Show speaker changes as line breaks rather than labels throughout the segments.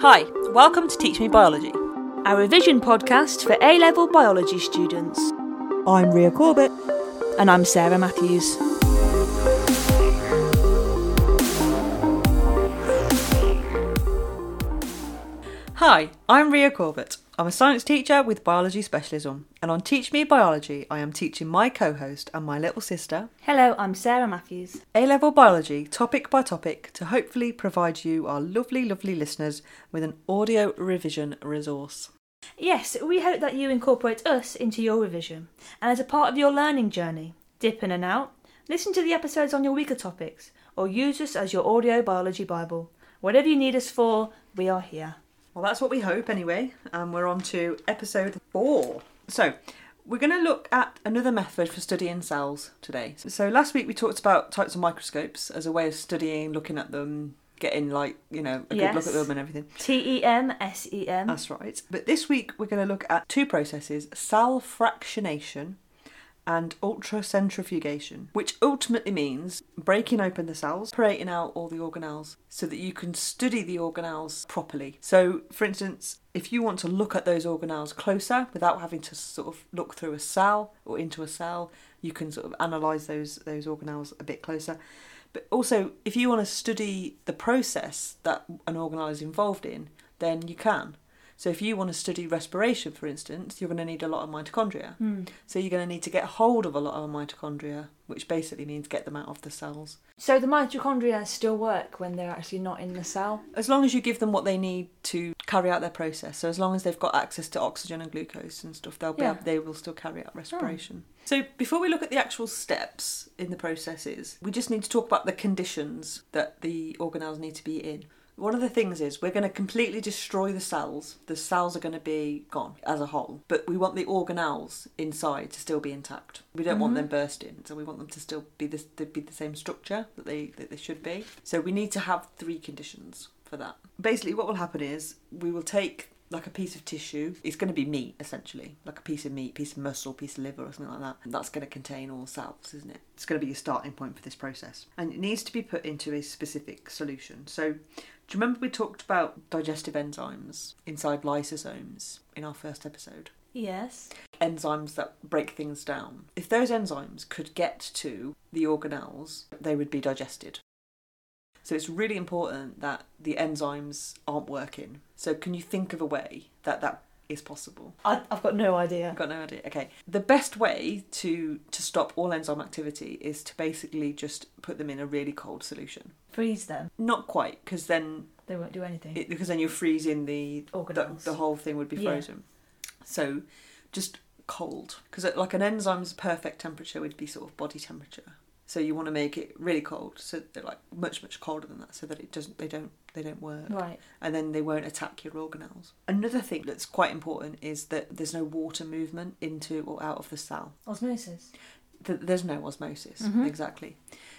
Hi, welcome to Teach Me Biology.
our revision podcast for A level biology students.
I'm Ria Corbett.
And I'm Sarah Matthews.
Hi, I'm Ria Corbett. I'm a science teacher with biology specialism, and on Teach Me Biology, I am teaching my co host and my little sister
Hello, I'm Sarah Matthews.
A level biology, topic by topic, to hopefully provide you, our lovely, lovely listeners, with an audio revision resource.
Yes, we hope that you incorporate us into your revision and as a part of your learning journey. Dip in and out, listen to the episodes on your weaker topics, or use us as your audio biology Bible. Whatever you need us for, we are here.
Well, that's what we hope anyway, and we're on to episode four. So, we're going to look at another method for studying cells today. So, last week we talked about types of microscopes as a way of studying, looking at them, getting like, you know, a good look
Yes.
at them and everything.
T E M S E M.
That's right. But this week we're going to look at two processes cell fractionation and ultracentrifugation, which ultimately means breaking open the cells, separating out all the organelles so that you can study the organelles properly. So, for instance, if you want to look at those organelles closer without having to sort of look through a cell or into a cell, you can sort of analyze those those organelles a bit closer. But also, if you want to study the process that an organelle is involved in, then you can. So if you want to study respiration, for instance, you're going to need a lot of mitochondria. So you're going to need to get hold of a lot of mitochondria, which basically means get them out of the cells.
So the mitochondria still work when they're actually not in the cell?
As long as you give them what they need to carry out their process, so as long as they've got access to oxygen and glucose and stuff, they'll be
Yeah.
able- they will still carry out respiration. So before we look at the actual steps in the processes, we just need to talk about the conditions that the organelles need to be in. One of the things is we're going to completely destroy the cells. The cells are going to be gone as a whole, but we want the organelles inside to still be intact. We don't want them bursting, so we want them to still be the, to be the same structure that they that they should be. So we need to have three conditions for that. Basically, what will happen is we will take like a piece of tissue. It's going to be meat, essentially, like a piece of meat, piece of muscle, piece of liver, or something like that. And that's going to contain all cells, isn't it? It's going to be your starting point for this process, and it needs to be put into a specific solution. So, do you remember we talked about digestive enzymes inside lysosomes in our first episode?
Yes.
enzymes that break things down. If those enzymes could get to the organelles, they would be digested. So it's really important that the enzymes aren't working. So can you think of a way that that is possible?
I, I've got no idea.
I've got no idea. Okay. The best way to to stop all enzyme activity is to basically just put them in a really cold solution.
Freeze them.
Not quite, because then
They won't do anything.
it, because then you're freezing the, the
Organelles.
the whole thing would be
Yeah.
frozen. So just cold because like an enzyme's perfect temperature would be sort of body temperature. So you want to make it really cold, so they're like much much colder than that, so that it doesn't they don't they don't work
Right.
and then they won't attack your organelles. Another thing that's quite important is that there's no water movement into or out of the cell.
Osmosis.
Th- There's no osmosis exactly.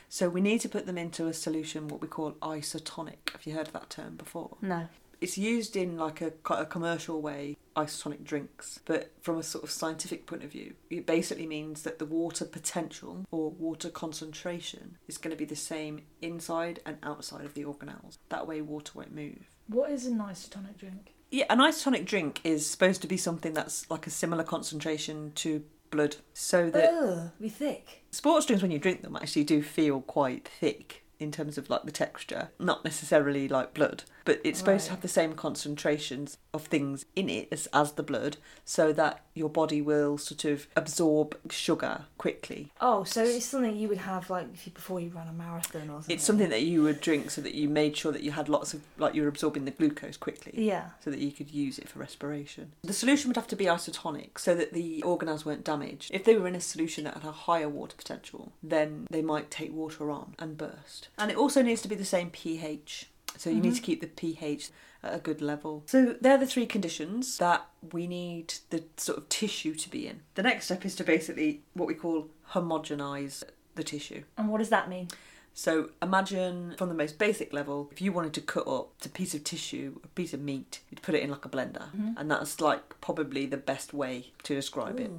So we need to put them into a solution what we call isotonic. Have you heard of that term before?
No.
it's used in like a, quite a commercial way isotonic drinks but from a sort of scientific point of view it basically means that the water potential or water concentration is going to be the same inside and outside of the organelles that way water won't move
What is an isotonic drink?
yeah an isotonic drink is supposed to be something that's like a similar concentration to blood so that
Ugh, we thick.
sports drinks when you drink them actually do feel quite thick in terms of like the texture not necessarily like blood but it's supposed to
Right.
have the same concentrations of things in it as, as the blood so that your body will sort of absorb sugar quickly
Oh, so it's something you would have like if you, before you ran a marathon or something.
it's something that you would drink so that you made sure that you had lots of like you were absorbing the glucose quickly
Yeah.
so that you could use it for respiration. The solution would have to be isotonic so that the organelles weren't damaged. If they were in a solution that had a higher water potential, then they might take water on and burst. And it also needs to be the same pH. So you need to keep the pH at a good level. So they're the three conditions that we need the sort of tissue to be in. The next step is to basically what we call homogenize the tissue.
And what does that mean?
So imagine from the most basic level, if you wanted to cut up a piece of tissue, a piece of meat, you'd put it in like a blender. And that's like probably the best way to describe it.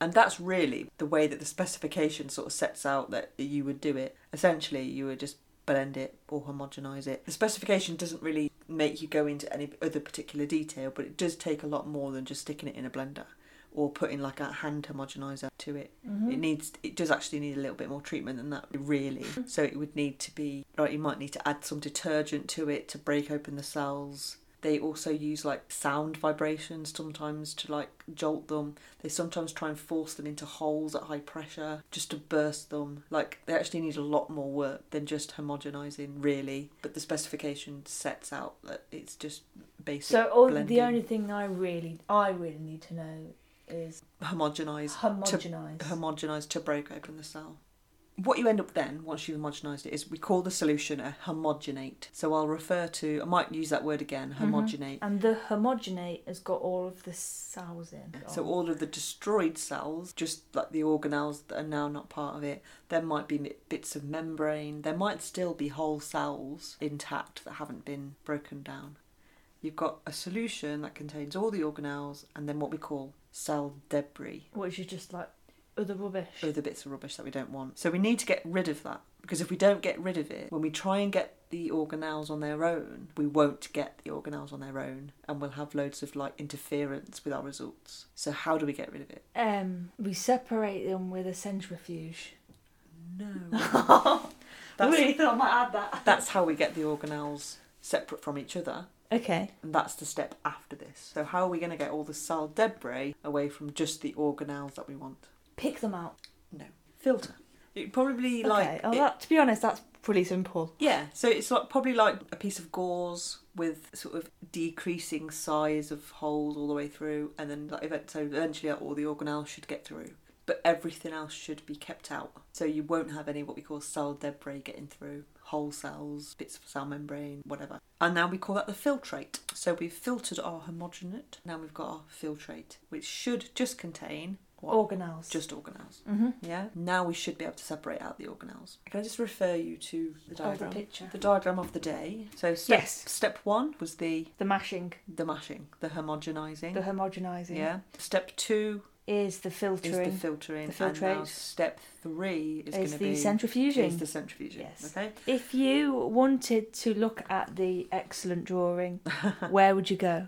And that's really the way that the specification sort of sets out that you would do it. Essentially, you would just blend it or homogenize it. The specification doesn't really make you go into any other particular detail, but it does take a lot more than just sticking it in a blender or putting like a hand homogenizer to it.
Mm-hmm. Mm.
It needs it does actually need a little bit more treatment than that really. So it would need to be like you might need to add some detergent to it to break open the cells. They also use like sound vibrations sometimes to like jolt them. They sometimes try and force them into holes at high pressure just to burst them. Like they actually need a lot more work than just homogenizing really. But the specification sets out that it's just basic.
So all, the
blending.
only thing I really, I really need to know is
homogenize
homogenise.
homogenized to break open the cell. What you end up then, once you've homogenized it, is we call the solution a homogenate. So I'll refer to, I might use that word again, homogenate.
And the homogenate has got all of the cells in.
So all of the destroyed cells, just like the organelles that are now not part of it, there might be mi- bits of membrane, there might still be whole cells intact that haven't been broken down. You've got a solution that contains all the organelles and then what we call cell debris.
Which is just like other rubbish.
other bits of rubbish that we don't want. So we need to get rid of that because if we don't get rid of it, when we try and get the organelles on their own, we won't get the organelles on their own and we'll have loads of like interference with our results. So how do we get rid of it?
Um, we separate them with a centrifuge.
No.
I
that's,
really thought I might add that.
that's how we get the organelles separate from each other.
Okay.
And that's the step after this. So how are we going to get all the cell debris away from just the organelles that we want?
Pick them out.
No. Filter. It probably
Okay.
like
oh,
it-
that, to be honest, that's pretty simple.
Yeah, so it's like probably like a piece of gauze with sort of decreasing size of holes all the way through, and then like event- so eventually all the organelles should get through, but everything else should be kept out, so you won't have any what we call cell debris getting through, whole cells, bits of cell membrane, whatever. And now we call that the filtrate. So we've filtered our homogenate. Now we've got our filtrate, which should just contain what?
Organelles.
just organelles. Mm-hmm. Yeah. Now we should be able to separate out the organelles. Can I just refer you to
Oh, the
the diagram?
picture.
the diagram of the day. So step,
Yes.
step one was the
the mashing,
the mashing, the homogenizing.
the homogenizing.
yeah. Step two
Is the filtering.
is the filtering.
The
And now
filtrate.
step three is,
Is
going to
the
be
centrifuging.
Is the centrifuging.
Yes.
Okay.
If you wanted to look at the excellent drawing, where would you go?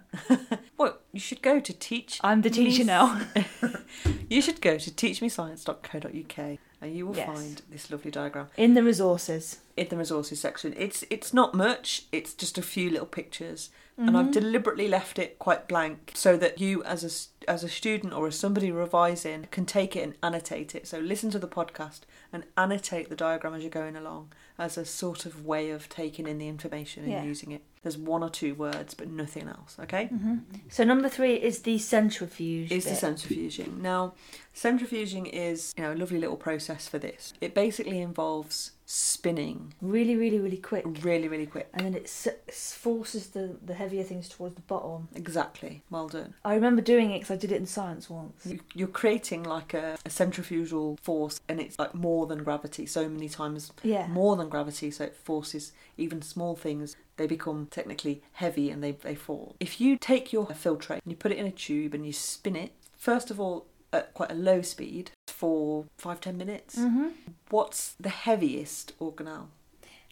Well, you should go to teach.
I'm the teacher
me-
now.
You should go to teachmescience.co.uk and you will
Yes.
find this lovely diagram.
In the resources.
in the resources section. It's it's not much. It's just a few little pictures, and I've deliberately left it quite blank so that you, as a s- as a student or as somebody revising, can take it and annotate it. So listen to the podcast and annotate the diagram as you're going along as a sort of way of taking in the information and
Yeah.
using it. There's one or two words, but nothing else. Okay.
So number three is the centrifuge.
Is
bit.
the centrifuging. Now, centrifuging is you know a lovely little process for this. It basically involves spinning
really, really, really quick.
really, really quick.
And then it s- s- forces the, the heavier things towards the bottom.
Exactly. Well done.
I remember doing it because I did it in science once.
You- You're creating like a, a centrifugal force, and it's like more than gravity. So many times
Yeah.
more than gravity. So it forces even small things. They become technically heavy and they they fall. If you take your filtrate and you put it in a tube and you spin it, first of all at quite a low speed for five ten minutes.
Mm. Mm-hmm.
What's the heaviest organelle?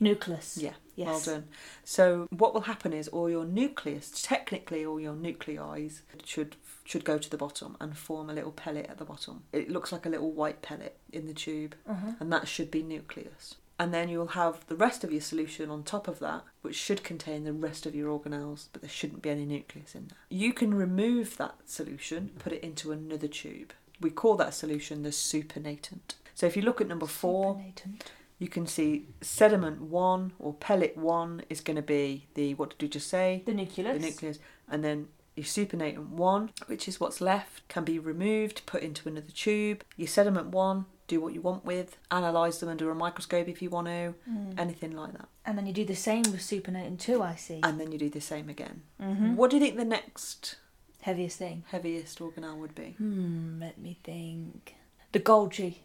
Nucleus.
Yeah.
Yes.
Well done. So what will happen is all your nucleus, technically all your nuclei, should should go to the bottom and form a little pellet at the bottom. It looks like a little white pellet in the tube, and that should be nucleus. And then you'll have the rest of your solution on top of that, which should contain the rest of your organelles, but there shouldn't be any nucleus in there. You can remove that solution, put it into another tube. We call that solution the supernatant. So if you look at number four,
Supernatant.
you can see sediment one or pellet one is going to be the what did we just say?
The nucleus.
The nucleus, and then your supernatant one, which is what's left, can be removed, put into another tube. Your sediment one, do what you want with, analyze them under a microscope if you want to,
Mm.
anything like that.
And then you do the same with supernatant two. I see.
And then you do the same again.
Mm-hmm.
What do you think the next
Heaviest thing.
heaviest organelle would be?
Hmm. Let me think. The Golgi.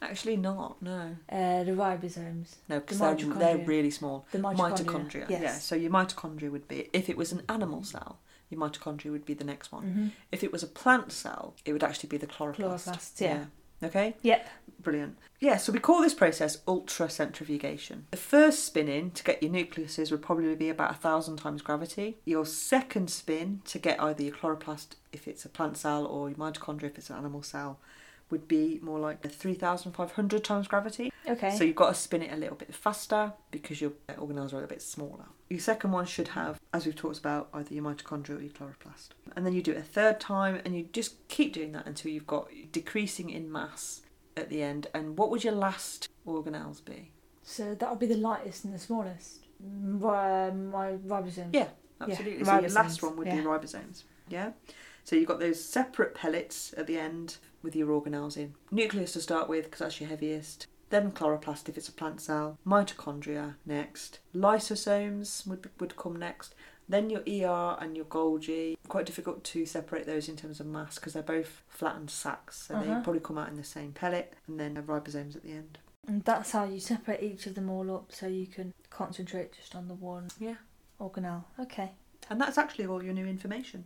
Actually, not. No,
Uh, the ribosomes.
no,
The
because they're, they're
mitochondria.
really small.
The mitochondria, yes.
Yeah. So your mitochondria would be, if it was an animal cell, your
Mm. Mm-hmm.
mitochondria would be the next one. If it was a plant cell, it would actually be the chloroplast.
Chloroplast, yeah.
yeah. Okay?
Yep.
Brilliant. Yeah, so we call this process ultracentrifugation. The first spin in to get your nucleuses would probably be about a thousand times gravity. Your second spin to get either your chloroplast if it's a plant cell or your mitochondria if it's an animal cell would be more like the 3,500 times gravity.
Okay.
So you've got to spin it a little bit faster because your organelles are a little bit smaller. Your second one should have, as we've talked about, either your mitochondria or your chloroplast. And then you do it a third time and you just keep doing that until you've got decreasing in mass at the end. And what would your last organelles be?
So that would be the lightest and the smallest. Mm, ri-
um,
My ribosome.
Yeah, absolutely. so your
ribosomes,
last one would
yeah.
be ribosomes. Yeah. So you've got those separate pellets at the end with your organelles in. Nucleus to start with because that's your heaviest. Then chloroplast if it's a plant cell. Mitochondria next. Lysosomes would would come next. Then your ER and your Golgi. Quite difficult to separate those in terms of mass because they're both flattened sacs, so they
Uh-huh.
probably come out in the same pellet. And then the ribosomes at the end.
And that's how you separate each of them all up so you can concentrate just on the one
Yeah.
organelle. Okay.
And that's actually all your new information.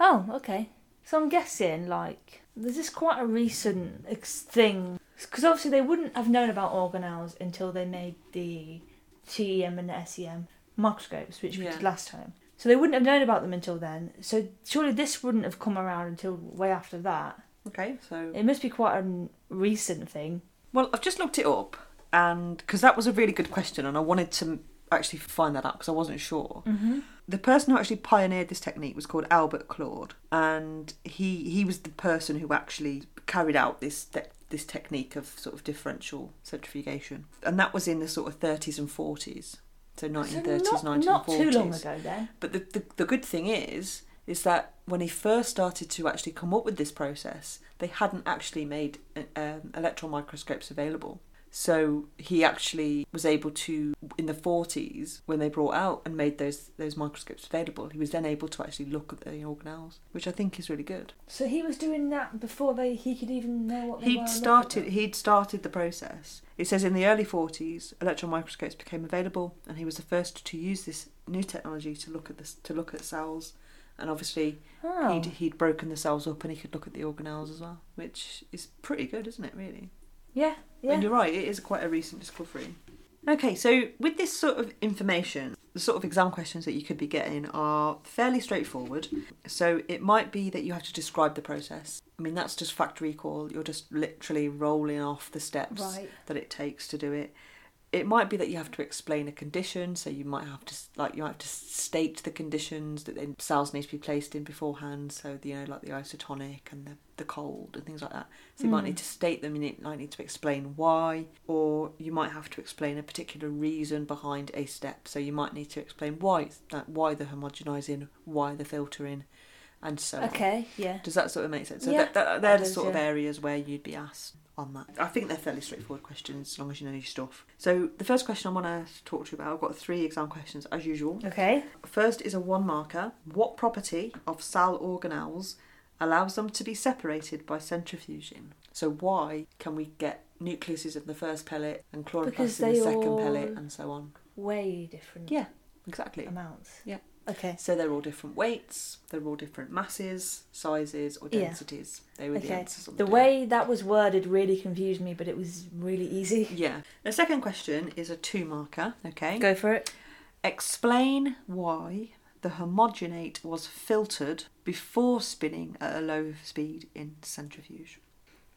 Oh, okay. So I'm guessing, like, this is quite a recent ex- thing. Because obviously they wouldn't have known about organelles until they made the TEM and the SEM microscopes, which we
Yeah.
did last time. So they wouldn't have known about them until then. So surely this wouldn't have come around until way after that.
Okay, so
It must be quite a recent thing.
Well, I've just looked it up, and because that was a really good question, and I wanted to actually find that out because I wasn't sure.
Mm-hmm.
The person who actually pioneered this technique was called Albert Claude, and he he was the person who actually carried out this te- this technique of sort of differential centrifugation, and that was in the sort of 30s and 40s, so 1930s,
so not,
1940s.
not too long ago then.
But the, the, the good thing is, is that when he first started to actually come up with this process, they hadn't actually made uh, um, electron microscopes available. So he actually was able to, in the 40s, when they brought out and made those those microscopes available, he was then able to actually look at the organelles, which I think is really good.
So he was doing that before they he could even know what they were.
He'd
and look at
started
them.
he'd started the process. It says in the early 40s, electron microscopes became available, and he was the first to use this new technology to look at this to look at cells, and obviously
Oh.
he'd, he'd broken the cells up and he could look at the organelles as well, which is pretty good, isn't it, really?
Yeah, yeah.
And you're right, it is quite a recent discovery. Okay, so with this sort of information, the sort of exam questions that you could be getting are fairly straightforward. So it might be that you have to describe the process. I mean, that's just fact recall, you're just literally rolling off the steps
Right.
that it takes to do it. It might be that you have to explain a condition, so you might have to like you might have to state the conditions that then cells need to be placed in beforehand. So you know, like the isotonic and the, the cold and things like that. So you might need to state them. You need, might need to explain why, or you might have to explain a particular reason behind a step. So you might need to explain why it's that why the homogenizing, why the filtering, and so on.
Okay, yeah.
Does that sort of make sense? So
Yeah,
that, that, they're
it
the
does,
sort of
yeah.
areas where you'd be asked on that. I think they're fairly straightforward questions as long as you know your stuff. So the first question I want to talk to you about, I've got three exam questions as usual.
Okay.
First is a one marker. What property of cell organelles allows them to be separated by centrifuging? So why can we get nucleuses of the first pellet and
Because
chloroplasts in
they
the second
all-
pellet and so on?
Way different
Yeah, exactly.
amounts.
Yeah.
Okay.
So they're all different weights, they're all different masses, sizes, or
Yeah.
densities. They were the
Okay.
answers.
The,
on day.
way that was worded really confused me, but it was really easy.
Yeah. The second question is a two marker. Okay.
Go for it.
Explain why the homogenate was filtered before spinning at a low speed in centrifuge.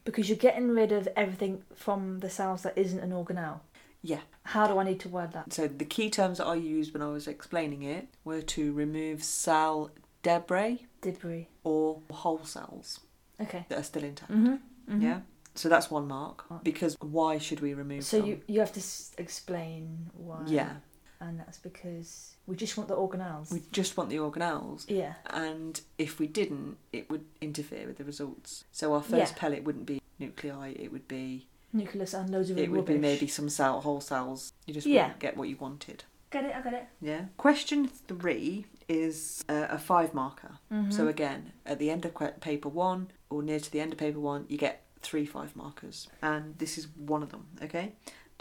Because you're getting rid of everything from the cells that isn't an organelle.
Yeah.
How do I need to word that?
So the key terms that I used when I was explaining it were to remove cell debris
Debris.
or whole cells
Okay.
that are still intact.
Mm-hmm. Mhm.
Yeah. So that's one mark because why should we remove
So
them?
you you have to s- explain why.
Yeah.
And that's because we just want the organelles.
We just want the organelles
Yeah.
and if we didn't, it would interfere with the results. So our first
Yeah.
pellet wouldn't be nuclei; it would be
Nucleus and loads of
it would
rubbish.
be maybe some cell whole cells. You just
Yeah.
wouldn't get what you wanted.
Get it? I got it.
Yeah. Question three is uh, a five marker.
Mm-hmm.
So again, at the end of que- paper one or near to the end of paper one, you get three five markers, and this is one of them. Okay.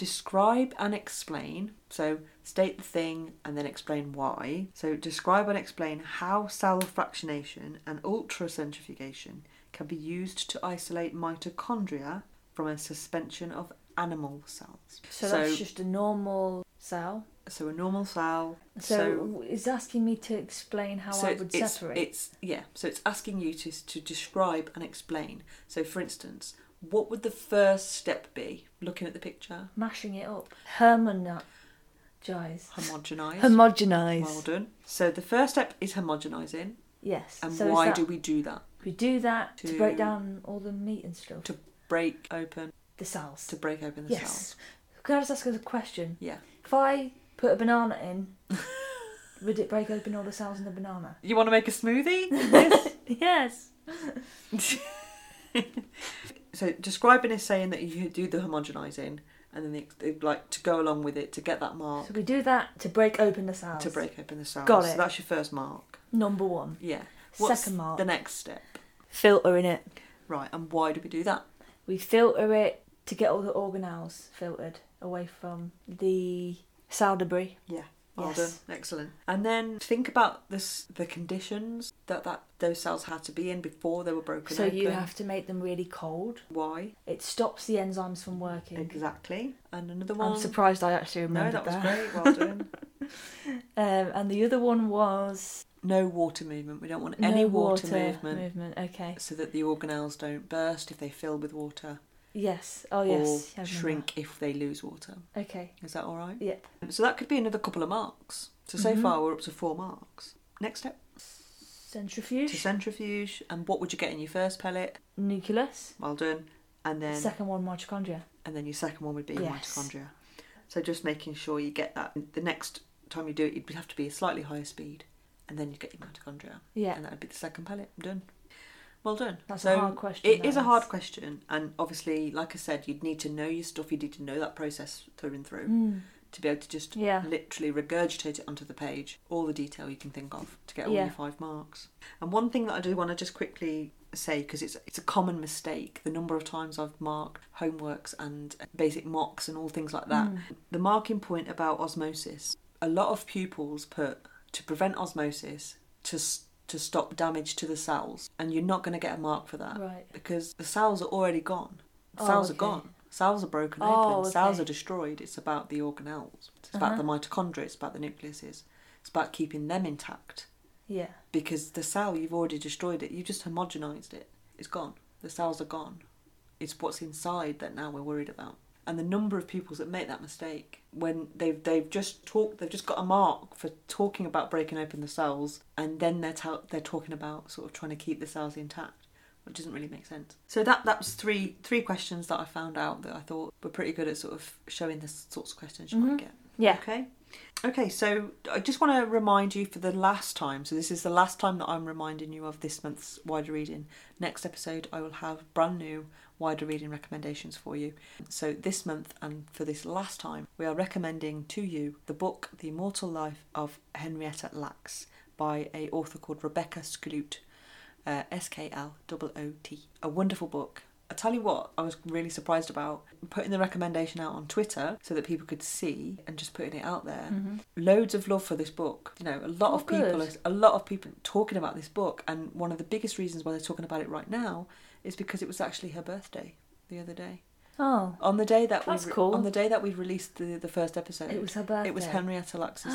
Describe and explain. So state the thing and then explain why. So describe and explain how cell fractionation and ultracentrifugation can be used to isolate mitochondria from a suspension of animal cells.
So, that's just a normal cell.
so a normal cell.
So, it's asking me to explain how I would
it's,
separate.
It's yeah. So it's asking you to to describe and explain. So for instance, what would the first step be? Looking at the picture,
Mashing it up. Harmonize.
homogenize.
Homogenize.
well done. So the first step is homogenizing,
Yes.
and
so is
why
that-
do we do that?
we do that to,
to-
break down all the meat and stuff?
To break open,
the cells.
to break open the
yes.
cells.
Can I just ask a question?
Yeah.
If I put a banana in, would it break open all the cells in the banana?
You want to make a smoothie?
Yes.
so describing is saying that you do the homogenizing, and then the, like to go along with it to get that mark
So we do that to break open the cells.
to break open the cells.
Got it.
So that's your first mark.
Number one.
Yeah.
Second mark.
The next step.
Filter in it.
Right, and why do we do that?
We filter it to get all the organelles filtered away from the cell debris.
Yeah. Well
Yes.
done. Excellent. And then think about this the conditions that, that those cells had to be in before they were broken
so
open.
you have to make them really cold.
why?
It stops the enzymes from working.
Exactly. And another one
I'm surprised I actually
No,
remembered
that was
that.
great, well done.
Um, and the other one was
no water movement. We don't want any
no
water, movement
Movement. Okay.
so that the organelles don't burst if they fill with water
Yes. Oh yes. I
or
remember.
shrink if they lose water.
Okay.
Is that all right?
Yep.
So that could be another couple of marks. So so
Mm-hmm.
far we're up to four marks. Next step to
Centrifuge.
centrifuge and what would you get in your first pellet?
Nucleus.
Well done. And then
Second one, mitochondria.
and then your second one would be
Yes.
mitochondria. So just making sure you get that. The next time you do it, you'd have to be a slightly higher speed, and then you get your mitochondria.
Yeah.
And that would be the second pellet. I'm done. Well done.
That's a
so
hard question,
It
that
is a hard
is.
question, and obviously, like I said, you'd need to know your stuff. You need to know that process through and through
Mm.
to be able to just
Yeah.
literally regurgitate it onto the page, all the detail you can think of to get all
Yeah.
your five marks. And one thing that I do want to just quickly say because it's it's a common mistake the number of times I've marked homeworks and basic mocks and all things like that.
Mm.
The marking point about osmosis. A lot of pupils put to prevent osmosis to s- to stop damage to the cells, and you're not going to get a mark for that
Right.
because the cells are already gone.
Oh,
Cells
okay.
are gone. Cells are broken
Oh,
open. Cells
okay. Uh-huh.
are destroyed. It's about the organelles. It's about the mitochondria. It's about the nucleuses. It's about keeping them intact
Yeah.
because the cell you've already destroyed it. You just homogenized it. It's gone. The cells are gone. It's what's inside that now we're worried about. And the number of pupils that make that mistake when they've they've just talked they've just got a mark for talking about breaking open the cells and then they're tell they're talking about sort of trying to keep the cells intact, which doesn't really make sense. So that that was three three questions that I found out that I thought were pretty good at sort of showing the sorts of questions you might get.
Yeah.
Okay. Okay, so I just want to remind you for the last time. So, this is the last time that I'm reminding you of this month's wider reading. Next episode, I will have brand new wider reading recommendations for you. So, this month and for this last time, we are recommending to you the book The Immortal Life of Henrietta Lacks by a author called Rebecca Skloot, uh, S K L O O T. A wonderful book. I tell you what, I was really surprised about putting the recommendation out on Twitter so that people could see and just putting it out there. Loads of love for this book. You know, a lot
Mm-hmm. Oh,
of people, are,
good.
a lot of people talking about this book, and one of the biggest reasons why they're talking about it right now is because it was actually her birthday the other day.
Oh.
On the day that
That's
we re-
cool.
on the day that we released the, the first episode,
It was her
It was
birthday.
Henrietta Lacks'.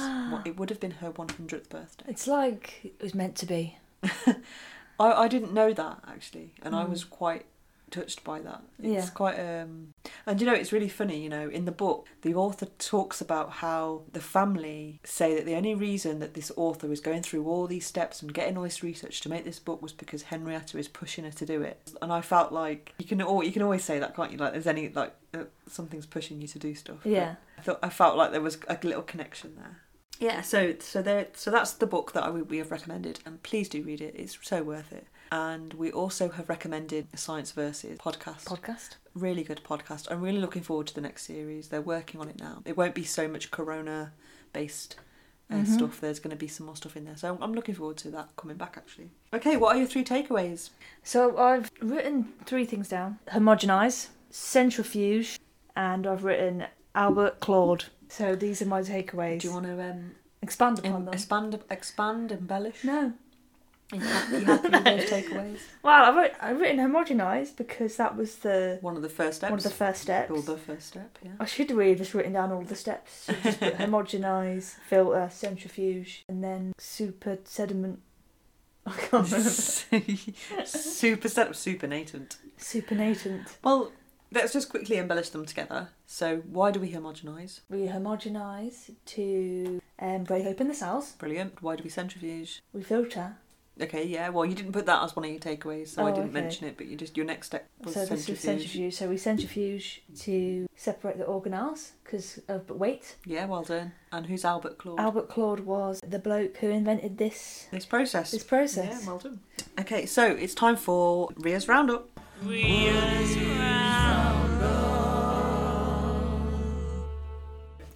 it would have been her one hundredth birthday.
It's like it was meant to be.
I, I didn't know that actually, and I was quite touched by that. It's
Hmm. Yeah.
quite um, and you know it's really funny. You know, in the book, the author talks about how the family say that the only reason that this author is going through all these steps and getting all this research to make this book was because Henrietta is pushing her to do it. And I felt like you can all you can always say that, can't you? Like there's any like uh, something's pushing you to do stuff. but
Yeah.
I thought I felt like there was a little connection there. Yeah, so so there so that's the book that I, we have recommended, and please do read it. It's so worth it. And we also have recommended Science Versus podcast.
Podcast.
really good podcast. I'm really looking forward to the next series. They're working on it now. It won't be so much Corona based uh, stuff. There's going to be some more stuff in there. So I'm looking forward to that coming back actually. Okay, what are your three takeaways?
So I've
Written three things down. Homogenize, centrifuge,
and I've written Albert Claude. So these are my takeaways.
Do you want to um,
expand upon
em-
them.
expand, expand, embellish?
No.
You happy, you happy with those takeaways?
Well, I've, writ- I've written homogenised because that was the
One of the first steps.
one of the first steps.
Or the first step, yeah.
I should really have just written down all the steps. Should just put homogenize, filter, centrifuge, and then super sediment. I can't remember.
super set up supernatant.
Supernatant.
Well, let's just quickly embellish them together. So, why do we homogenise?
We homogenise to
Um, break open the cells.
Brilliant. Why do we centrifuge?
we filter.
Okay, yeah. Well, you didn't put that as one of your takeaways, so I
Oh,
didn't
okay.
mention it. But you just your next step was
so
centrifuge.
this is centrifuge. So we centrifuge to separate the organelles because of weight.
Yeah, well done. And who's Albert Claude?
Albert Claude was the bloke who invented this
this process.
this process.
well done. Okay, so it's time for Ria's roundup. Ria's roundup.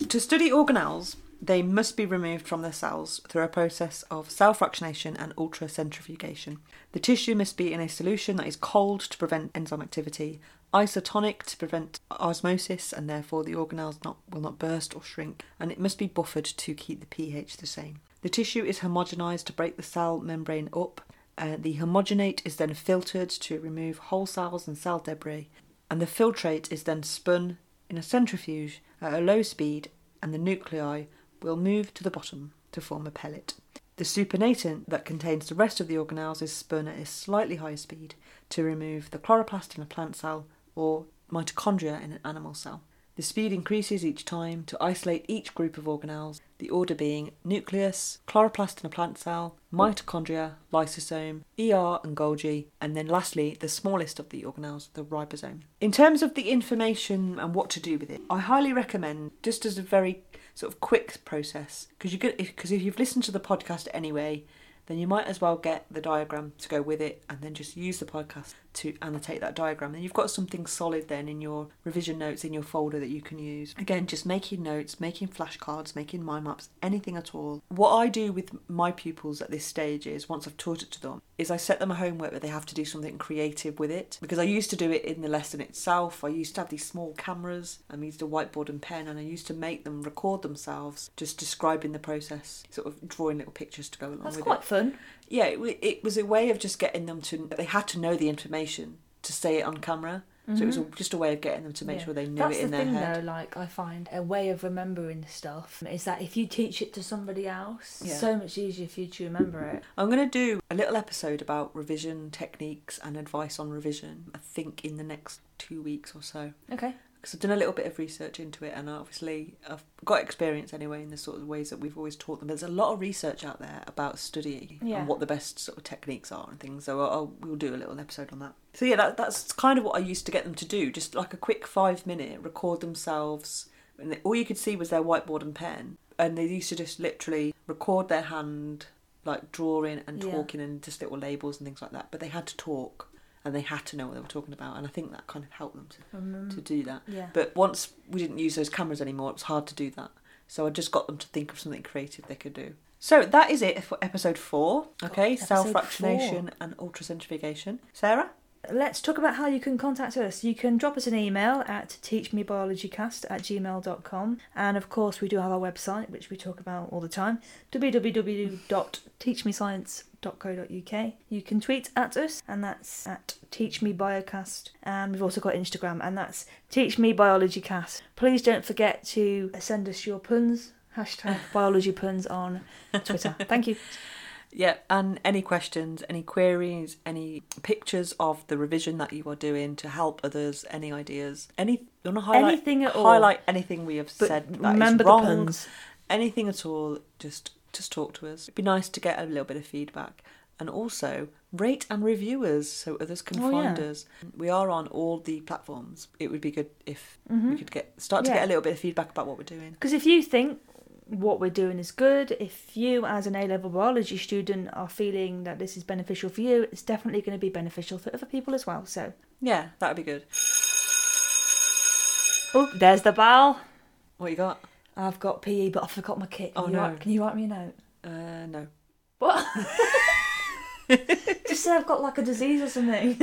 To study organelles, they must be removed from their cells through a process of cell fractionation and ultracentrifugation. The tissue must be in a solution that is cold to prevent enzyme activity, isotonic to prevent osmosis, and therefore the organelles not, will not burst or shrink, and it must be buffered to keep the pH the same. The tissue is homogenized to break the cell membrane up. Uh, the homogenate is then filtered to remove whole cells and cell debris, and the filtrate is then spun in a centrifuge at a low speed, and the nuclei will move to the bottom to form a pellet. The supernatant that contains the rest of the organelles is spun at a slightly higher speed to remove the chloroplast in a plant cell or mitochondria in an animal cell. The speed increases each time to isolate each group of organelles, the order being nucleus, chloroplast in a plant cell, mitochondria, lysosome, ER and Golgi, and then lastly, the smallest of the organelles, the ribosome. In terms of the information and what to do with it, I highly recommend, just as a very sort of quick process, because if, 'cause if you've listened to the podcast anyway, then you might as well get the diagram to go with it and then just use the podcast to annotate that diagram. And you've got something solid then in your revision notes in your folder that you can use. Again, just making notes, making flashcards, making mind maps, anything at all. What I do with my pupils at this stage is once I've taught it to them, is I set them a homework where they have to do something creative with it. Because I used to do it in the lesson itself. I used to have these small cameras and we used a whiteboard and pen and I used to make them record themselves just describing the process, sort of drawing little pictures to go along
That's
with it
quite fun.
yeah, it, w- it was a way of just getting them to. They had to know the information to say it on camera, so it was a, just a way of getting them to make
Mm-hmm. Yeah.
sure they knew
That's
it in
the
their
thing,
head.
though. Like I find a way of remembering stuff is that if you teach it to somebody else,
Yeah.
it's so much easier for you to remember it.
I'm going to do a little episode about revision techniques and advice on revision. I think in the next two weeks or so.
Okay.
because I've done a little bit of research into it, and obviously I've got experience anyway in the sort of ways that we've always taught them. There's a lot of research out there about studying
Yeah.
and what the best sort of techniques are and things. So I'll, I'll, we'll do a little episode on that. So yeah, that, that's kind of what I used to get them to do, just like a quick five minute, record themselves, and all you could see was their whiteboard and pen, and they used to just literally record their hand, like drawing and
Yeah.
talking, and just little labels and things like that. But they had to talk. And they had to know what they were talking about, and I think that kind of helped them to, to do that.
Yeah.
But once we didn't use those cameras anymore, it was hard to do that. So I just got them to think of something creative they could do. So that is it for episode four. Okay,
episode
cell fractionation and ultracentrifugation. Sarah,
Let's talk about how you can contact us. You can drop us an email at teachmebiologycast at gmail.com. And of course, we do have our website, which we talk about all the time www.teachmescience.co.uk. You can tweet at us, and that's at teachmebiocast. And we've also got Instagram, and that's teachmebiologycast. Please don't forget to send us your puns, hashtag biology puns on Twitter. Thank you.
yeah, and any questions, any queries, any pictures of the revision that you are doing to help others, any ideas, any you want to highlight
Anything at all.
highlight anything we have
But
said that is
remember the
wrong,
puns.
anything at all, just just talk to us. It'd be nice to get a little bit of feedback. And also rate and review us so others can
Oh,
find
yeah.
us. We are on all the platforms. It would be good if we could get start to
Mm-hmm. Yeah.
get a little bit of feedback about what we're doing.
Because if you think what we're doing is good, if you as an A level biology student are feeling that this is beneficial for you, it's definitely going to be beneficial for other people as well. So,
Yeah, that'd be good.
oh, there's the bell.
What you got?
I've got PE,
E,
but I forgot my kit. Can
Oh,
you
no.
write, can you write me a note?
Uh, no.
What? Just say I've got like a disease or something.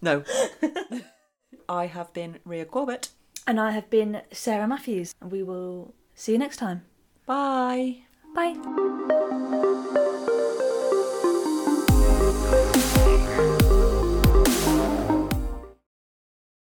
No. I have been Ria Corbett.
And I have been Sarah Matthews, and we will see you next time.
Bye.
Bye.